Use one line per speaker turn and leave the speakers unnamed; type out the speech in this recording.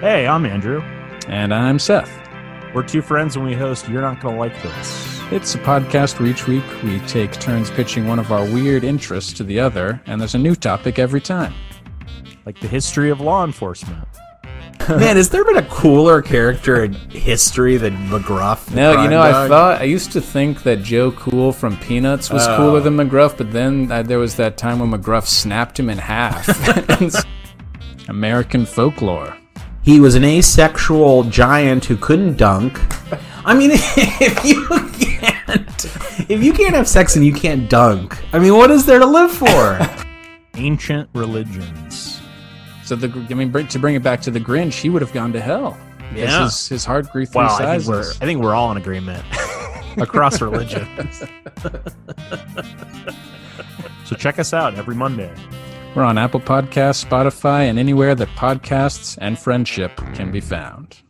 Hey, I'm Andrew.
And I'm Seth.
We're two friends and we host You're Not Gonna Like This.
It's a podcast where each week we take turns pitching one of our weird interests to the other, and there's a new topic every time.
Like the history of law enforcement.
Man, has there been a cooler character in history than McGruff? the
Now, you
crime
know, I
dog?
thought, I used to think that Joe Cool from Peanuts was cooler than McGruff, but then uh, there was that time when McGruff snapped him in half. American folklore.
he was an asexual giant who couldn't dunk. I mean, if you can't, if you can't have sex and you can't dunk, I mean, what is there to live for?
Ancient religions.
So, the, I mean, br- to bring it back to the Grinch, he would have gone to hell. 'Cause
Yeah.
His, his heart grew three
Wow, I think,
sizes.
we're, I think we're all in agreement across religions. so check us out every Monday.
We're on Apple Podcasts, Spotify, and anywhere that podcasts and friendship can be found.